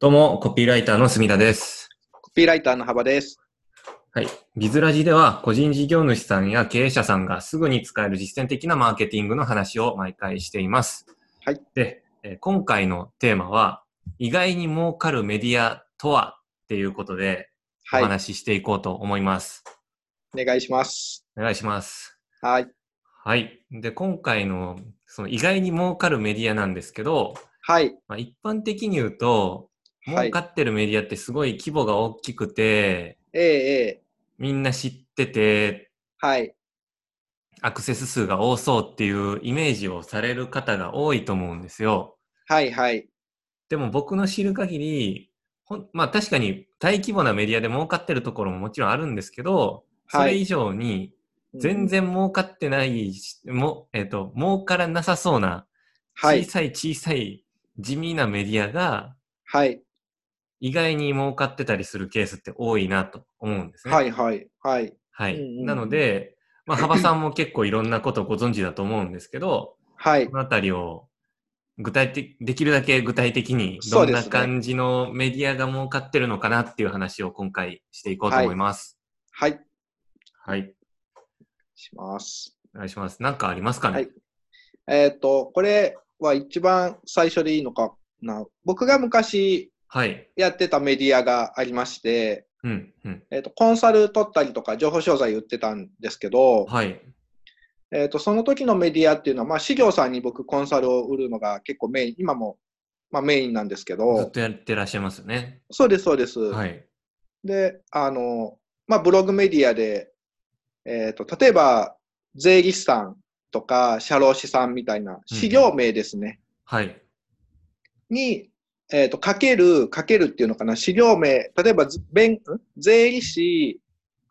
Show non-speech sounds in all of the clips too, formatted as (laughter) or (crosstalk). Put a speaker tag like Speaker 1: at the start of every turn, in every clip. Speaker 1: どうも、コピーライターの墨田です。
Speaker 2: コピーライターの幅です。
Speaker 1: はい。ビズラジでは、個人事業主さんや経営者さんがすぐに使える実践的なマーケティングの話を毎回しています。
Speaker 2: はい。
Speaker 1: で、えー今回のテーマは、意外に儲かるメディアとはっていうことで、お
Speaker 2: はい。お
Speaker 1: 話ししていこうと思います。
Speaker 2: 願いします。
Speaker 1: お願いします。
Speaker 2: はい。
Speaker 1: はい。で、今回の、その意外に儲かるメディアなんですけど、
Speaker 2: はい。
Speaker 1: まあ、一般的に言うと、
Speaker 2: は
Speaker 1: 儲
Speaker 2: い
Speaker 1: か。ってるメディアってすごい規模が大きくて、
Speaker 2: ええええ
Speaker 1: みんな知ってて、
Speaker 2: はい。
Speaker 1: アクセス数が多そうっていうイメージをされる方が多いと思うんですよ。
Speaker 2: はい。はい。
Speaker 1: でも僕の知る限り、ほんまあ確かに大規模なメディアで儲かってるところももちろんあるんですけど、そ
Speaker 2: は
Speaker 1: れ
Speaker 2: い
Speaker 1: 以上に全然儲かってないし、もえっ、と、儲からなさそうな
Speaker 2: うん。は
Speaker 1: 小
Speaker 2: い。
Speaker 1: さい小さい地味なメディアが
Speaker 2: はい。
Speaker 1: 意外に儲かってたりするケースって多いなと思うんですね。
Speaker 2: はい。はい。はい。
Speaker 1: はい。
Speaker 2: うんうんうん
Speaker 1: なので、まあ、幅さんも結構いろんなことをご存知だと思うんですけど、
Speaker 2: はい
Speaker 1: こ。のあたりを具体的、できるだけ具体的に、
Speaker 2: そ
Speaker 1: ど
Speaker 2: うんで
Speaker 1: な
Speaker 2: すね
Speaker 1: 感じのメディアが儲かってるのかなっていう話を今回していこうと思います。
Speaker 2: はい。
Speaker 1: はい。
Speaker 2: します。
Speaker 1: お願いします。なんかありますかね、
Speaker 2: はいえっ、と、これは一番最初でいいのかな。僕が昔
Speaker 1: はい、
Speaker 2: やってたメディアがありまして、
Speaker 1: うん、うん。
Speaker 2: えっ、と、コンサル取ったりとか情報商材売ってたんですけど、
Speaker 1: はい。
Speaker 2: えっ、と、その時のメディアっていうのは、まあ、資料さんに僕コンサルを売るのが結構メイン、今も、まあ、メインなんですけど、
Speaker 1: ずっとやってらっしゃいますよね。
Speaker 2: そうです、そうです。
Speaker 1: はい。
Speaker 2: で、あの、まあ、ブログメディアで、えっ、と、例えば、税理士さんとか、社労士さんみたいな、事業名ですね、
Speaker 1: はい。
Speaker 2: に、えっ、と、かける、かけるっていうのかな、事業名、例えば、ず弁ん税理士、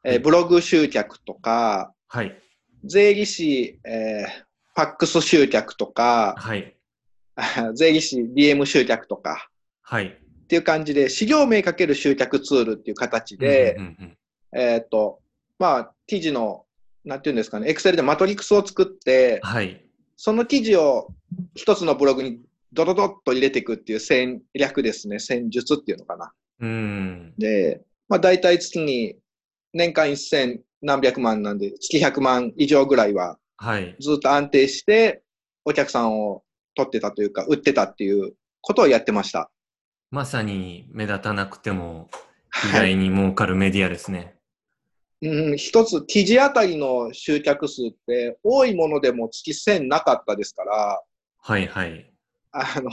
Speaker 2: えーブログ集客とか、
Speaker 1: はい。
Speaker 2: 税理士、えーファックス集客とか、 (laughs)
Speaker 1: はい。
Speaker 2: 税理士 DM 集客とか、
Speaker 1: はい。
Speaker 2: っていう感じで、事業名かける集客ツールっていう形で、
Speaker 1: うんうんうん
Speaker 2: えーっと、まあ、記事の、なんていうんですかね、エクセルでマトリックスを作って、
Speaker 1: はい。
Speaker 2: その記事を一つのブログにドドドッと入れていくっていう戦略ですね、戦術っていうのかな。
Speaker 1: うん。
Speaker 2: で、まあ、大体月に年間1000何百万なんで、月100万以上ぐらいは
Speaker 1: はい。
Speaker 2: ずっと安定して、お客さんを取ってたというか、売ってたっていうことをやってました。
Speaker 1: まさに目立たなくても意
Speaker 2: はい。
Speaker 1: 外に儲かるメディアですね。
Speaker 2: うん、一つ、記事あたりの集客数って、多いものでも月1000なかったですから、
Speaker 1: はいはい。
Speaker 2: あの、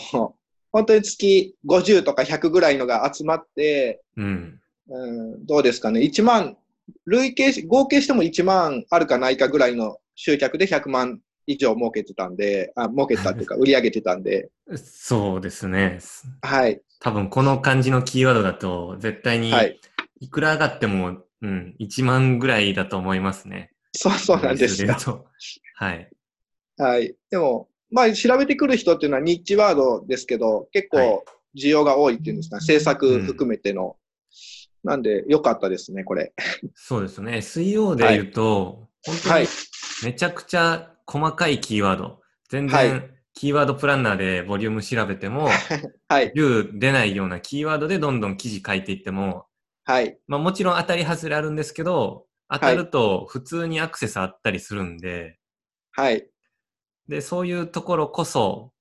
Speaker 2: 本当に月50とか100ぐらいのが集まって、
Speaker 1: うん。
Speaker 2: うん、どうですかね、1万、累計し、合計しても1万あるかないかぐらいの集客で100万以上儲けてたんで、あ儲けてたっていうか、売り上げてたんで、
Speaker 1: そうですね。す
Speaker 2: はい、
Speaker 1: 多分この感じのキーワードだと、絶対に
Speaker 2: はい。
Speaker 1: いくら上がっても、うん、1万ぐらいだと思いますね。
Speaker 2: そうそうなんです
Speaker 1: よ
Speaker 2: よ。。
Speaker 1: はい。
Speaker 2: はい。でも、まあ、調べてくる人っていうのはニッチワードですけど、結
Speaker 1: はい
Speaker 2: 構需要が多いっていうんですか、制作含めての。なんで、良かったですね、これ。
Speaker 1: そうですね。SEO で言うと、本当
Speaker 2: は
Speaker 1: に
Speaker 2: い。
Speaker 1: めちゃくちゃ細かいキーワード。全
Speaker 2: は
Speaker 1: 然、キーワードプランナーでボリューム調べても、
Speaker 2: はい。
Speaker 1: 10出ないようなキーワードでどんどん記事書いていっても、
Speaker 2: はい。
Speaker 1: まあもちろん当たり外れあるんですけど、当たると普通にアクセスあったりするんで、
Speaker 2: はい。
Speaker 1: で、そういうところこそ、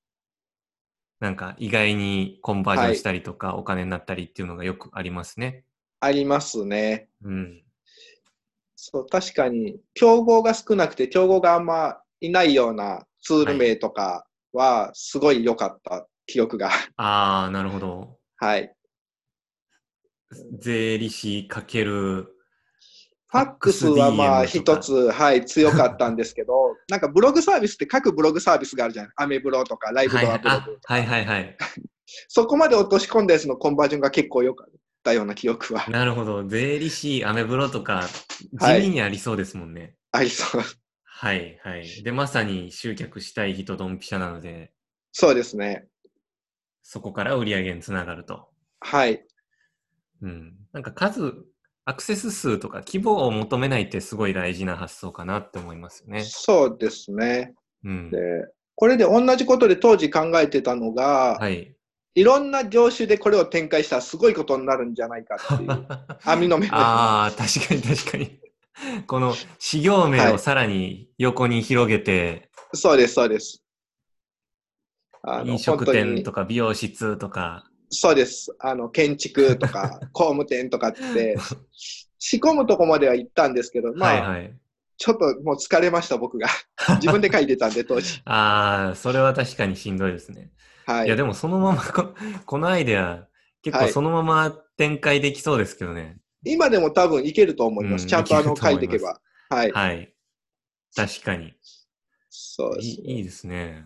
Speaker 1: なんか意外にコンバージョンしたりとか、お金になったりっていうのがよくありますね。
Speaker 2: ありますね。
Speaker 1: うん。
Speaker 2: そう、確かに、競合が少なくて、競合があんまいないようなツール名とかは、すごい良かった記憶が。 (laughs)
Speaker 1: ああ、なるほど。
Speaker 2: はい。
Speaker 1: 税理士かける、
Speaker 2: ファックスはまあ
Speaker 1: DM と
Speaker 2: 一
Speaker 1: か
Speaker 2: つ、はい、強かったんですけど、 (laughs) なんかブログサービスって各ブログサービスがあるじゃないアメブロとかライブ
Speaker 1: はい
Speaker 2: ド
Speaker 1: は
Speaker 2: ア
Speaker 1: い
Speaker 2: ブロ
Speaker 1: あ
Speaker 2: グとか。
Speaker 1: はいはいはい。
Speaker 2: そこまで落とし込んだやつのコンバージョンが結構良かったような記憶
Speaker 1: (laughs)
Speaker 2: は
Speaker 1: なるほど。税理士、アメブロとか、
Speaker 2: は
Speaker 1: 地
Speaker 2: い
Speaker 1: 味にありそうですもんね。
Speaker 2: ありそう。
Speaker 1: はい、はい、で、まさに集客したい人ドンピシャなので、
Speaker 2: そうですね。
Speaker 1: そこから売り上げにつながると。
Speaker 2: はい。
Speaker 1: うん。なんか数、アクセス数とか規模を求めないってすごい大事な発想かなって思いますよね。
Speaker 2: そうですね。
Speaker 1: うん
Speaker 2: で。、これで同じことで当時考えてたのが、
Speaker 1: はい。 (laughs)
Speaker 2: いろんな業種でこれを展開したらすごいことになるんじゃないかっ
Speaker 1: (laughs)
Speaker 2: ていう、網の目で
Speaker 1: ああ、確かに確かに。この始業名をさらに横に広げて、
Speaker 2: そうです、そうです。あ
Speaker 1: 飲食店とか美容室とか、
Speaker 2: そうです。あの、建築
Speaker 1: (laughs)
Speaker 2: とか、工務店とかって、仕込むとこまでは行ったんですけど、まあ、
Speaker 1: はいはい。
Speaker 2: ちょっともう疲れました、
Speaker 1: (laughs)
Speaker 2: 僕が。自分で書いてたんで、当時。
Speaker 1: ああ、それは確かにしんどいですね。、
Speaker 2: はいい。
Speaker 1: や、でもそのままこ、 (laughs) このアイデア、結構
Speaker 2: はい
Speaker 1: そのまま展開できそうですけどね。
Speaker 2: 今でも多分いけると思います。
Speaker 1: うん
Speaker 2: ちゃんとあの、
Speaker 1: いけると思
Speaker 2: 書
Speaker 1: います
Speaker 2: いていけば。はい。
Speaker 1: はい。確かに。
Speaker 2: そうで
Speaker 1: い
Speaker 2: す。
Speaker 1: いいいですね。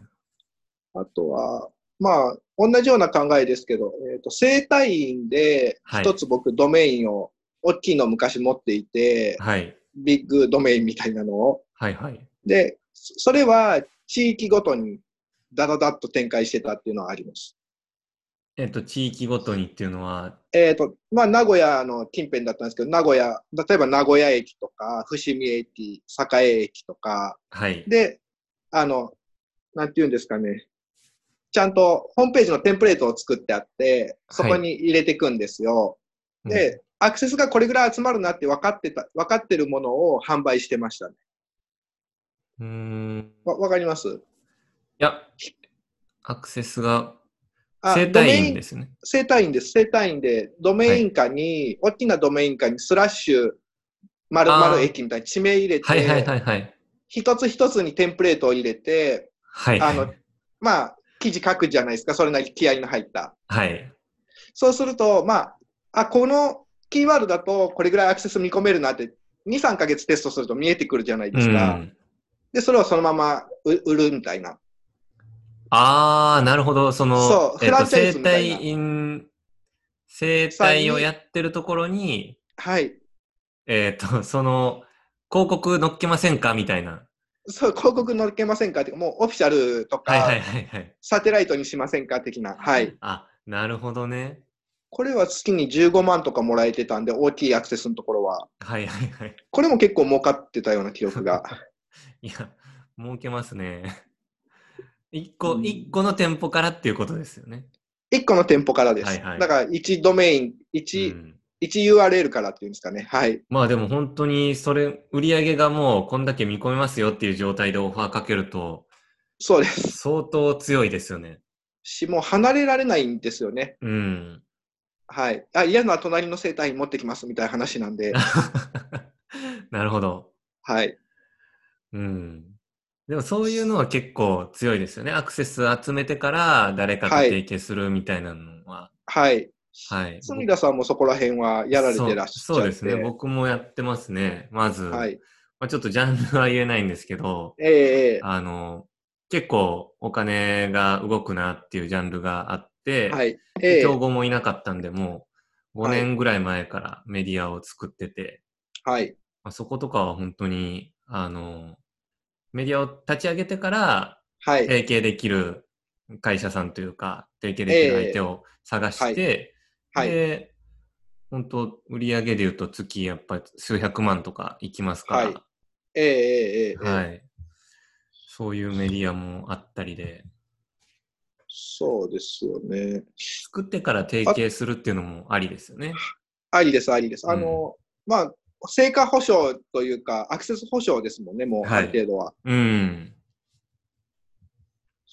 Speaker 2: あとは、まあ、同じような考えですけど、えっ、と、生体院で、
Speaker 1: はい
Speaker 2: 一つ僕、ドメインを、大きいの昔持っていて、
Speaker 1: はい。
Speaker 2: ビッグドメインみたいなのを。
Speaker 1: はいはい。
Speaker 2: で、そそれは地域ごとにダダダッと展開してたっていうのはあります。
Speaker 1: えっと、地域ごとにっていうのは、
Speaker 2: えっ、と、まあ、名古屋の近辺だったんですけど、名古屋、例えば名古屋駅とか、伏見駅、栄駅とか、
Speaker 1: はい。
Speaker 2: で、あの、なんて言うんですかね。ちゃんとホームページのテンプレートを作ってあって、そこに入れていくんですよ。
Speaker 1: うん
Speaker 2: で、アクセスがこれぐらい集まるなって分かってた、分かってるものを販売してましたね。
Speaker 1: うーん。
Speaker 2: わ、わかります
Speaker 1: いや、アクセスが、
Speaker 2: あ
Speaker 1: 生
Speaker 2: ドメ
Speaker 1: 体
Speaker 2: イン
Speaker 1: 院ですね。
Speaker 2: 生体院です。生体院で、ドメイン下に、大きなドメイン下にスラッシュ、丸
Speaker 1: あ
Speaker 2: 々
Speaker 1: ー
Speaker 2: 駅みたいに地名入れて、
Speaker 1: はいはいはいはい。
Speaker 2: 一つ一つにテンプレートを入れて、
Speaker 1: はい。
Speaker 2: あの、まあ、記事書くじゃないですか。それなりに気合いの入った。
Speaker 1: はい。
Speaker 2: そうすると、まあ、あ、このキーワードだと、これぐらいアクセス見込めるなって、2、3ヶ月テストすると見えてくるじゃないうですか。
Speaker 1: ん。
Speaker 2: で、それをそのままう売るみたいな。
Speaker 1: ああ、なるほど。その、
Speaker 2: そう
Speaker 1: えっ
Speaker 2: フラ
Speaker 1: と、
Speaker 2: ンチャイ
Speaker 1: 生
Speaker 2: ズみたいな
Speaker 1: 体院、生体をやってるところに、
Speaker 2: はい。
Speaker 1: えっと、その、広告載っけませんかみたいな。
Speaker 2: そう、広告載っけませんかって、もうオフィシャルと
Speaker 1: はいはい
Speaker 2: か、
Speaker 1: はいはい。
Speaker 2: サテライトにしませんか的な。はい。
Speaker 1: あ、なるほどね。
Speaker 2: これは月に15万とかもらえてたんで、大きいアクセスのところは。
Speaker 1: はいはいはい。
Speaker 2: これも結構儲かってたような記憶
Speaker 1: (laughs)
Speaker 2: が。
Speaker 1: いや、儲けますね。 (laughs) 一個
Speaker 2: う、ん
Speaker 1: 一個の店舗からっていうことですよね。
Speaker 2: 1個の店舗からです。
Speaker 1: はいはい
Speaker 2: だから1ドメイン、
Speaker 1: う
Speaker 2: 1、
Speaker 1: ん
Speaker 2: 一 URL からっていうんですかね。はい。
Speaker 1: まあでも本当にそれ、売り上げがもうこんだけ見込めますよっていう状態でオファーかけると、
Speaker 2: そうです。
Speaker 1: 相当強いですよね。
Speaker 2: し、もう離れられないんですよね。
Speaker 1: うん。 (laughs)
Speaker 2: はい。あ、嫌な隣の生体院持ってきますみたいな話な
Speaker 1: (laughs)
Speaker 2: んで。
Speaker 1: なるほど。
Speaker 2: はい。
Speaker 1: うん。でもそういうのは結構強いですよね。アクセス集めてから誰かと提携するみたいなのは。
Speaker 2: はい。
Speaker 1: はい。
Speaker 2: 住田さんもそこら辺はやられてらっしゃ
Speaker 1: そうそ
Speaker 2: って。
Speaker 1: うですね。僕もやってますね。まず、
Speaker 2: はい。
Speaker 1: まあ、ちょっとジャンルは言えないんですけど、
Speaker 2: えええ
Speaker 1: あの、結構お金が動くなっていうジャンルがあって、
Speaker 2: えはい。ええ
Speaker 1: 競合もいなかったんで、もう5
Speaker 2: はい
Speaker 1: 年ぐらい前からメディアを作ってて、
Speaker 2: はい。
Speaker 1: まあ、そことかは本当に、あの、メディアを立ち上げてから
Speaker 2: はい。
Speaker 1: 提携できる会社さんというか、提携できる相手を探して、
Speaker 2: はいはい
Speaker 1: で、本当売り上げで言うと月やっぱり数百万とかいきますから、
Speaker 2: はいええええええ
Speaker 1: はい。そういうメディアもあったりで、
Speaker 2: そうですよね。
Speaker 1: 作ってから提携するっていうのもありですよね。
Speaker 2: ありです、ありです。あの、まあ、成果保証というか、アクセス保証ですもんね、もう、
Speaker 1: は
Speaker 2: あ
Speaker 1: い
Speaker 2: る程度は。
Speaker 1: うん。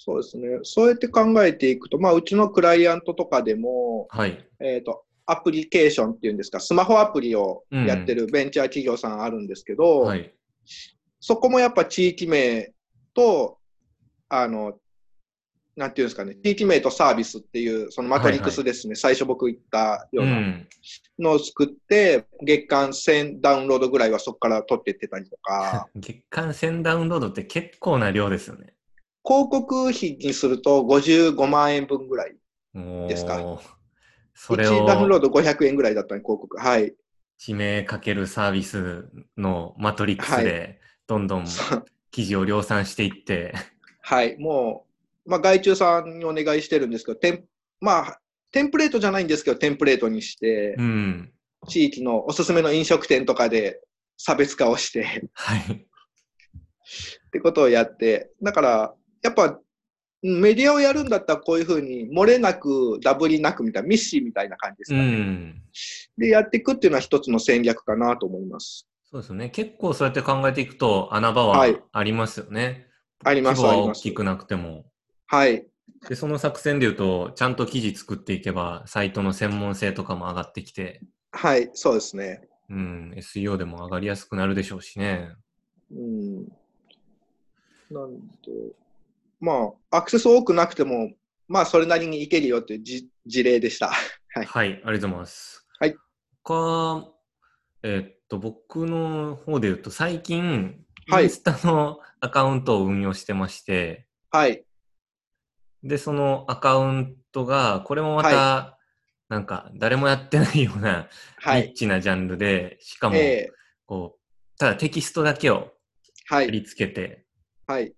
Speaker 2: そうですね。そうやって考えていくと、まあ、うちのクライアントとかでも、
Speaker 1: はい。
Speaker 2: えっ、と、アプリケーションっていうんですか、スマホアプリをやってるベンチャー企業さんあるんですけど、
Speaker 1: はい。
Speaker 2: そこもやっぱ地域名と、あの、なんていうんですかね、地域名とサービスっていう、そのマトリックスですね、最初僕言ったよ
Speaker 1: う
Speaker 2: うな、
Speaker 1: ん。、
Speaker 2: のを作って、月間1000ダウンロードぐらいはそこから取ってってたりとか
Speaker 1: (laughs) 月間1000ダウンロードって結構な量ですよね。
Speaker 2: 広告費にすると55万円分ぐらい。
Speaker 1: おー
Speaker 2: ですか
Speaker 1: それ
Speaker 2: 1ダウンロー
Speaker 1: を
Speaker 2: ド500円ぐらいだったね、広告。はい。
Speaker 1: 地名かけるサービスのマトリックスで、どんどん
Speaker 2: そう
Speaker 1: 記事を量産してい
Speaker 2: (laughs)
Speaker 1: って、
Speaker 2: はい。もう、まあ、外注さんにお願いしてるんですけど、テン、まあ、テンプレートじゃないんですけど、テンプレートにして
Speaker 1: う、ん。
Speaker 2: 地域のおすすめの飲食店とかで差別化をして、 (laughs)
Speaker 1: はい。
Speaker 2: ってことをやって、だから、やっぱ、うんメディアをやるんだったらこういうふうに、漏れなく、ダブりなくみたいな、ミッシーみたいな感じです
Speaker 1: う
Speaker 2: かね。
Speaker 1: ん。
Speaker 2: で、やっていくっていうのは一つの戦略かなと思います。
Speaker 1: そうですよね。結構そうやって考えていくと穴場は
Speaker 2: はい
Speaker 1: ありますよね。
Speaker 2: ありま
Speaker 1: 規
Speaker 2: す、
Speaker 1: 模
Speaker 2: あ
Speaker 1: は
Speaker 2: り
Speaker 1: 大
Speaker 2: ます
Speaker 1: き。くなくても。
Speaker 2: はい。
Speaker 1: で、その作戦で言うと、ちゃんと記事作っていけば、サイトの専門性とかも上がってきて、
Speaker 2: はい、そうですね。
Speaker 1: うん、SEO でも上がりやすくなるでしょうしね。
Speaker 2: うん。なんで、まあ、アクセス多くなくても、まあ、それなりにいけるよっていうじ事例でした。はい
Speaker 1: はい、ありがとうございます。
Speaker 2: はい。
Speaker 1: 他、えっと、僕の方で言うと、最近、
Speaker 2: はい
Speaker 1: インスタのアカウントを運用してまして、
Speaker 2: はい。
Speaker 1: で、そのアカウントが、これもまた、なんか、誰もやってないような、
Speaker 2: は
Speaker 1: ニッ
Speaker 2: い。
Speaker 1: チなジャンルで、しかも、
Speaker 2: ええ
Speaker 1: こう、ただテキストだけを
Speaker 2: は
Speaker 1: 貼
Speaker 2: い。
Speaker 1: り付けて、
Speaker 2: はい。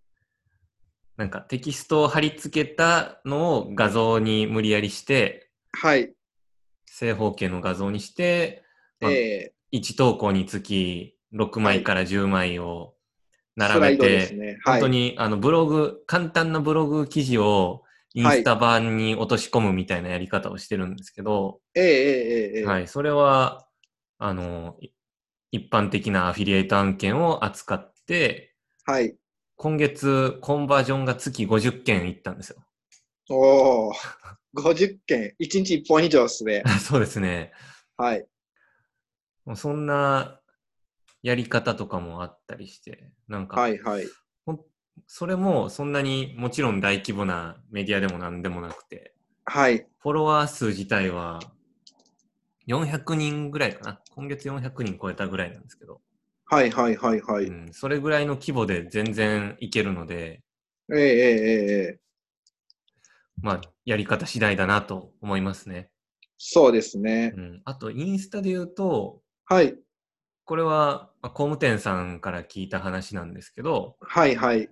Speaker 1: なんかテキストを貼り付けたのを画像に無理やりして、
Speaker 2: はい。
Speaker 1: 正方形の画像にして、まあ
Speaker 2: ええ
Speaker 1: 1投稿につき6枚から10枚を
Speaker 2: スラ
Speaker 1: 並べ
Speaker 2: イド
Speaker 1: て、
Speaker 2: ですね。は
Speaker 1: 本当
Speaker 2: い。
Speaker 1: にあのブログ、簡単なブログ記事をインスタ版に落とし込むみたいなやり方をしてるんですけど、
Speaker 2: ええええええ
Speaker 1: はい、それは、あの、い一般的なアフィリエイト案件を扱って、
Speaker 2: はい。
Speaker 1: 今月コンバージョンが月50件いったんですよ。 (laughs)
Speaker 2: お (laughs) お、50件、1日1本以上ですね。
Speaker 1: そうですね。 (laughs)
Speaker 2: はい。
Speaker 1: もうそんなやり方とかもあったりして、なんか、
Speaker 2: はい、はい。
Speaker 1: それもそんなにもちろん大規模なメディアでも何でもなくて、
Speaker 2: はい。
Speaker 1: フォロワー数自体は400人ぐらいかな。今月400人超えたぐらいなんですけど、
Speaker 2: はい、はい、はい、はい。
Speaker 1: うん、それぐらいの規模で全然いけるので、
Speaker 2: ええええええ
Speaker 1: まあ、やり方次第だなと思いますね。
Speaker 2: そうですね。
Speaker 1: うん、あと、インスタで言うと、
Speaker 2: はい。
Speaker 1: これは、まあ工務店さんから聞いた話なんですけど、
Speaker 2: はい、はい。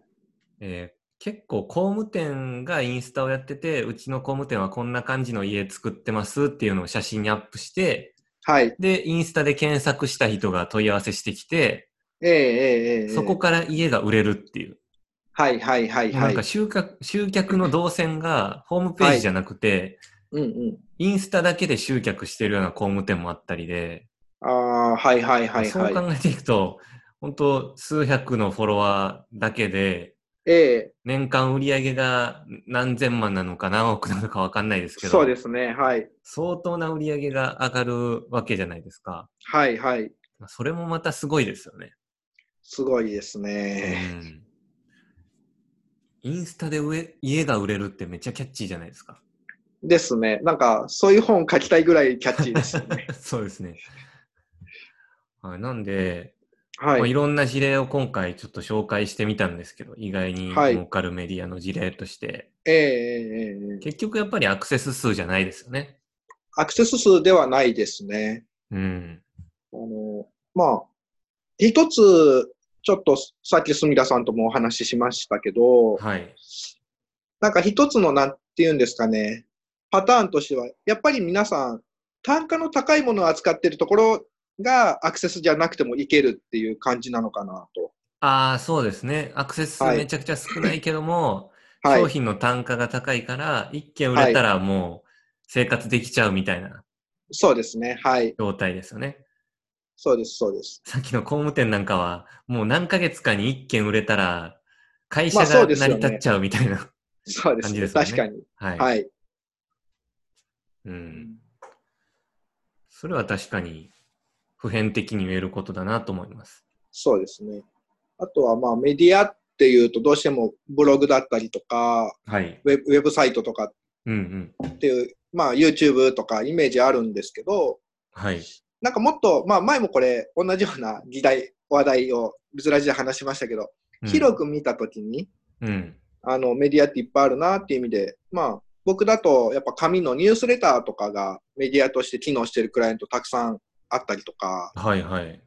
Speaker 1: えー結構工務店がインスタをやってて、うちの工務店はこんな感じの家作ってますっていうのを写真にアップして、
Speaker 2: はい。
Speaker 1: で、インスタで検索した人が問い合わせしてきて、
Speaker 2: ええええええ
Speaker 1: そこから家が売れるっていう。
Speaker 2: はい、はい、はい、
Speaker 1: な
Speaker 2: は
Speaker 1: ん
Speaker 2: い
Speaker 1: か。集客集客の動線がホームページじゃなくて、
Speaker 2: うん、うん。
Speaker 1: インスタだけで集客してるような工務店もあったりで、
Speaker 2: ああ、はい、はい、はい、
Speaker 1: そう
Speaker 2: はい。
Speaker 1: 考えていくと、本当数百のフォロワーだけで、
Speaker 2: え
Speaker 1: 年間売り上げが何千万なのか何億なのかわかんないです
Speaker 2: え
Speaker 1: けど、
Speaker 2: そうですね。はい。
Speaker 1: 相当な売り上げが上がるわけじゃないですか。
Speaker 2: はい、はい。
Speaker 1: それもまたすごいですよね。
Speaker 2: すごいですね。
Speaker 1: うんインスタで上家が売れるってめっちゃキャッチーじゃないですか。
Speaker 2: ですね。なんか、そういう本書きたいぐらいキャッチーですよ
Speaker 1: (laughs)
Speaker 2: ね。
Speaker 1: そうですね。はい、なんで、
Speaker 2: はい
Speaker 1: まあ、い
Speaker 2: い。
Speaker 1: ろんな事例を今回ちょっと紹介してみたんですけど、意外に
Speaker 2: はい
Speaker 1: 儲かるメディアの事例として、
Speaker 2: ええええええ
Speaker 1: 結局やっぱりアクセス数じゃないですよね。
Speaker 2: アクセス数ではないですね。
Speaker 1: うん。
Speaker 2: あの、まあ、一つ、ちょっとさっき住田さんともお話ししましたけど、
Speaker 1: はい。
Speaker 2: なんか一つのなんて言うんですかね、パターンとしては、やっぱり皆さん、単価の高いものを扱ってるところがアクセスじゃなくてもいけるっていう感じなのかなと。
Speaker 1: ああ、そうですね。アクセス数
Speaker 2: はい
Speaker 1: めちゃくちゃ少ないけども、
Speaker 2: はい
Speaker 1: 商。品の単価が高いから、一件売れたらもう生活できちゃうみたいな
Speaker 2: そうですね。はい。
Speaker 1: 状態ですよね。
Speaker 2: そうです、そうです。
Speaker 1: さっきの工務店なんかは、もう何ヶ月かに一件売れたら、会社
Speaker 2: まあそ
Speaker 1: が
Speaker 2: うです
Speaker 1: 成
Speaker 2: よ
Speaker 1: り
Speaker 2: ね
Speaker 1: 立っちゃうみたいな。
Speaker 2: そうです,、
Speaker 1: 感
Speaker 2: ね
Speaker 1: じですよね
Speaker 2: 確かに。
Speaker 1: はい、
Speaker 2: はい。
Speaker 1: うん。それは確かに、普遍的に言えることだなと思います。
Speaker 2: そうですね。あとはまあメディアっていうとどうしてもブログだったりとか、
Speaker 1: はい。
Speaker 2: ウェブウェブサイトとか
Speaker 1: うんうん。
Speaker 2: っていう、まあ、YouTube とかイメージあるんですけど、
Speaker 1: はい。
Speaker 2: なんかもっと、まあ、前もこれ、同じような議題、話題を、ブズラジで話しましたけど、
Speaker 1: うん
Speaker 2: 広く見たときに、
Speaker 1: うん。
Speaker 2: あの、メディアっていっぱいあるなっていう意味で、まあ、僕だと、やっぱ紙のニュースレターとかがメディアとして機能してるクライアントたくさんあったりとか、
Speaker 1: はいはい。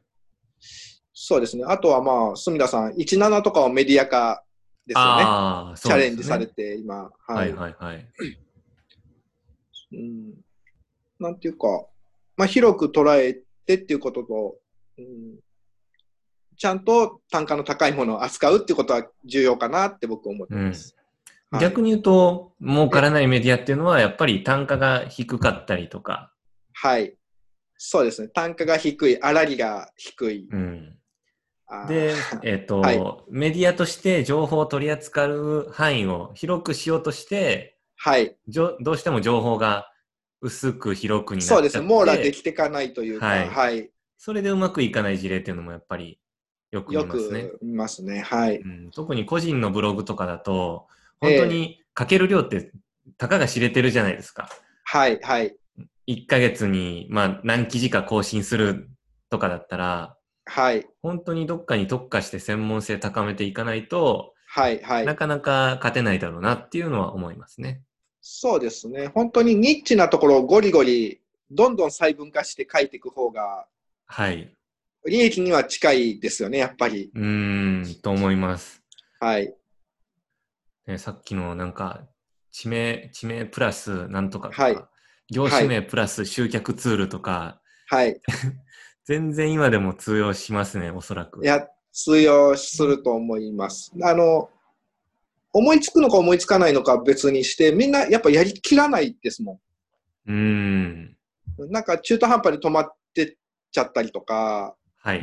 Speaker 2: そうですね。あとはまあ、隅田さん、17とかをメディア化ですよね。
Speaker 1: ああ、そ
Speaker 2: チ
Speaker 1: う
Speaker 2: ャ
Speaker 1: ですね
Speaker 2: レンジされて、今。
Speaker 1: はいはいはい。
Speaker 2: うんなんていうか、まあ、広く捉えてっていうことと、うん、ちゃんと単価の高いものを扱うっていうことは重要かなって僕思ってます。はい
Speaker 1: 逆に言うと、儲からないメディアっていうのは、やっぱり単価が低かったりとか、
Speaker 2: はい。そうですね。単価が低い、粗利が低い。
Speaker 1: うん。
Speaker 2: あー
Speaker 1: で、えっ、と、
Speaker 2: はい
Speaker 1: メディアとして情報を取り扱う範囲を広くしようとして、
Speaker 2: (laughs) はい。
Speaker 1: じょどうしても情報が薄く広くになっちゃ
Speaker 2: そ
Speaker 1: っ
Speaker 2: う
Speaker 1: て
Speaker 2: ですね。網羅できていかないというか、
Speaker 1: はい
Speaker 2: はい。
Speaker 1: それでうまくいかない事例っていうのもやっぱりよく見
Speaker 2: よ
Speaker 1: ますね。
Speaker 2: く見ますね。はい。
Speaker 1: うん、特に個人のブログとかだと、
Speaker 2: え
Speaker 1: 本
Speaker 2: え
Speaker 1: 当にかける量ってたかが知れてるじゃないですか。
Speaker 2: はい。はい。
Speaker 1: 1ヶ月に、まあ、何記事か更新するとかだったら、
Speaker 2: はい。
Speaker 1: 本当にどっかに特化して専門性高めていかないと、
Speaker 2: はい。はい
Speaker 1: な。かなか勝てないだろうなっていうのは思いますね。
Speaker 2: そうですね。本当にニッチなところをゴリゴリ、どんどん細分化して書いていく方が、
Speaker 1: はい。
Speaker 2: 利益には近いですよね、やっぱり。
Speaker 1: うーん、と思います。
Speaker 2: はい。
Speaker 1: ね、さっきのなんか、地名、地名プラスなんとかとか、
Speaker 2: はい
Speaker 1: 業種名プラス集客ツールとか、
Speaker 2: はい。
Speaker 1: 全然今でも通用しますね、おそらく。
Speaker 2: いや、通用すると思います。あの、思いつくのか思いつかないのかは別にして、みんなやっぱやりきらないですも
Speaker 1: うーん。
Speaker 2: ん。なんか中途半端に止まってっちゃったりとか、
Speaker 1: はい。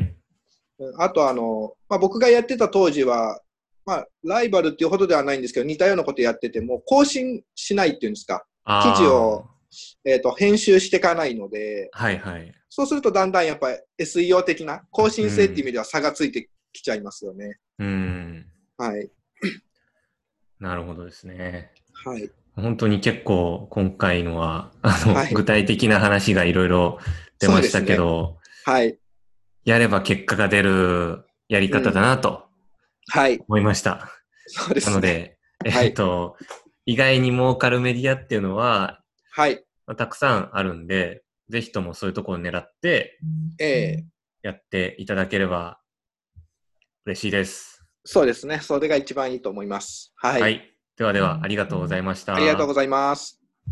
Speaker 2: うんあとあの、まあ、僕がやってた当時は、まあ、ライバルっていうほどではないんですけど、似たようなことやってても、更新しないっていうんですか、
Speaker 1: あー
Speaker 2: 記事を。えっ、と、編集していかないので、
Speaker 1: はいはい。
Speaker 2: そうするとだんだんやっぱり SEO 的な更新性っていう意味では差がついてきちゃいますよね。
Speaker 1: うーん。
Speaker 2: はい。
Speaker 1: なるほどですね。
Speaker 2: はい。
Speaker 1: 本当に結構今回のは、あの、
Speaker 2: はい
Speaker 1: 具体的な話がいろいろ出ましたけど、
Speaker 2: はい。
Speaker 1: やれば結果が出るやり方だなと
Speaker 2: はい。
Speaker 1: 思いました。
Speaker 2: そうです
Speaker 1: な
Speaker 2: ね。
Speaker 1: ので、
Speaker 2: はい
Speaker 1: えっと、意外に儲かるメディアっていうのは、
Speaker 2: はい。
Speaker 1: まあたくさんあるんで、ぜひともそういうところを狙って
Speaker 2: ええ
Speaker 1: やっていただければ嬉しいです。
Speaker 2: そうですね。それが一番いいと思います。は。
Speaker 1: はいい。ではでは、ありがとうございました。
Speaker 2: ありがとうございます。